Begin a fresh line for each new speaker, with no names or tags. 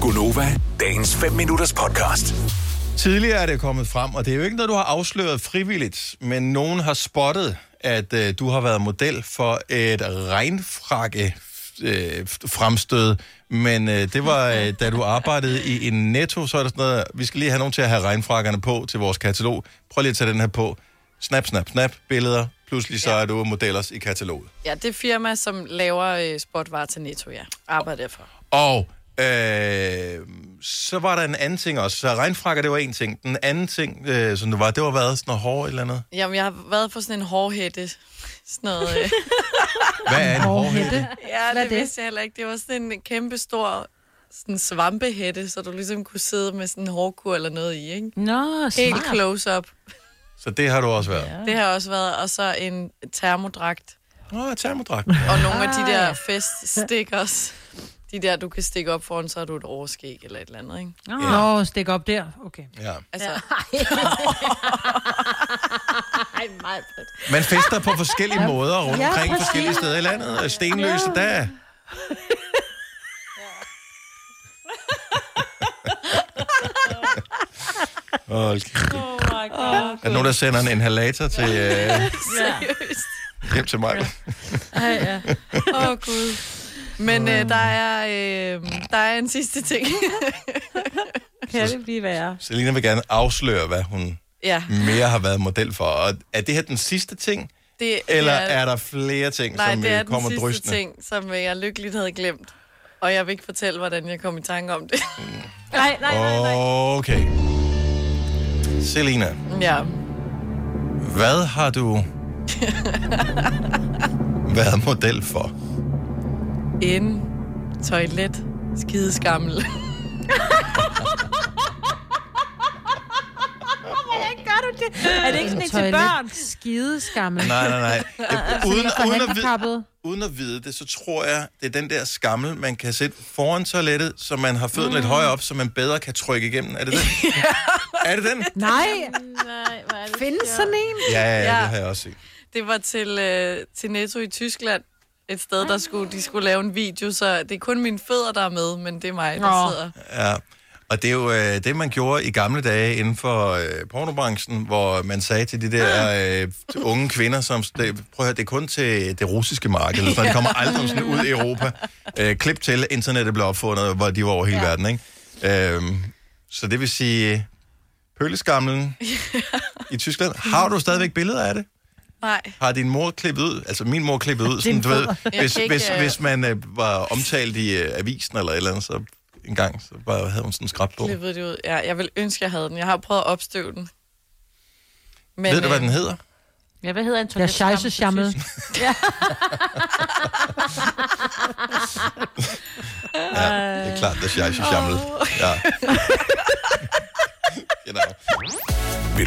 Gunova, dagens 5 minutters podcast.
Tidligere er det kommet frem, og det er jo ikke noget, du har afsløret frivilligt, men nogen har spottet, at øh, du har været model for et regnfrakke øh, fremstød, men øh, det var, øh, da du arbejdede i en netto, så er der sådan noget, vi skal lige have nogen til at have regnfrakkerne på til vores katalog. Prøv lige at tage den her på. Snap, snap, snap, billeder. Pludselig så er du modellers i kataloget.
Ja, det firma, som laver øh, spotvarer til Netto, ja. Arbejder derfor.
Og øh, så var der en anden ting også. Så regnfrakker, det var en ting. Den anden ting, øh, som det var, det var været sådan noget hår eller andet.
Jamen, jeg har været på sådan en hårhætte. Sådan noget, øh.
Hvad er en hårhætte?
Hårhætte.
ja, det,
Hvad er
det
det?
vidste jeg heller ikke. Det var sådan en kæmpe stor sådan svampehætte, så du ligesom kunne sidde med sådan en hårkur eller noget i, ikke?
Nå,
Helt
smart.
close-up.
Så det har du også været.
Det har også været. Og så en termodragt.
Nå, termodragt.
Og nogle af de der feststickers. De der, du kan stikke op foran, så har du et overskæg eller et eller andet, ikke?
Nå,
Ja.
yeah. stik op der. Okay.
Ja.
Altså, ja.
Ej, meget
Man fester på forskellige måder rundt omkring forskellige steder i landet. Og Stenløse, der er- Hold kæft.
Oh
Er der nogen, der sender en inhalator til, øh,
seriøst.
hjem til mig?
Ej, ja.
Åh, oh, Gud. Men øh, der, er, øh, der er en sidste ting.
Kan det blive værre?
Selina vil gerne afsløre, hvad hun
ja,
mere har været model for. Og er det her den sidste ting,
det
eller
er,
er der flere ting,
nej,
som
det
øh,
er den
kommer
sidste
drystende?
ting, som øh, jeg lykkeligt havde glemt. Og jeg vil ikke fortælle, hvordan jeg kom i tanke om det.
Nej, nej, nej, nej.
Okay. Selina,
ja.
hvad har du været model for?
En toilet skideskammel.
Gør du det? Er det ikke sådan en til børn? Skideskammel.
Nej, nej, nej. Jeg,
Uden,
uden,
for
uden, at vide,
handicappede.
uden at vide det, så tror jeg, det er den der skammel, man kan sætte foran toilettet, så man har fødderne
Mm.
lidt højere op, så man bedre kan trykke igennem. Er det den? er det den?
Nej,
Nej, hvor er det
findes sådan en?
Ja, ja, ja,
Ja.
det har jeg også set.
Det var til, øh, til Netto i Tyskland. Et sted, der skulle, de skulle lave en video, så det er kun mine fødder, der er med, men det er mig, der
Nå.
sidder.
Ja. Og det er jo øh, det, man gjorde i gamle dage inden for øh, pornobranchen, hvor man sagde til de der øh, unge kvinder, som det, prøv at høre, det er kun til det russiske marked, så det kommer aldrig sådan ud i Europa. Øh, klip til, internettet blev opfundet, hvor de var over hele ja. verden, ikke? Øhm, så det vil sige, pøleskamlen i Tyskland. Har du stadigvæk billeder af det?
Nej.
Har din mor klippet ud? Altså min mor klippet ud, sådan, du ved, hvis,
kan ikke,
hvis,
øh,
hvis man øh, var omtalt i øh, avisen eller et eller andet, så en gang, så bare havde hun sådan en skrab på.
Klippede det ud. Ja, jeg vil ønske, jeg havde den. Jeg har prøvet at opstøve den. Men,
Ved du, hvad
øh,
den hedder?
Ja, hvad hedder en
Ja,
toilet?
scheisse schammel.
Ja,
Øh.
det er klart, det er jeg, Ja. Genau.
Vil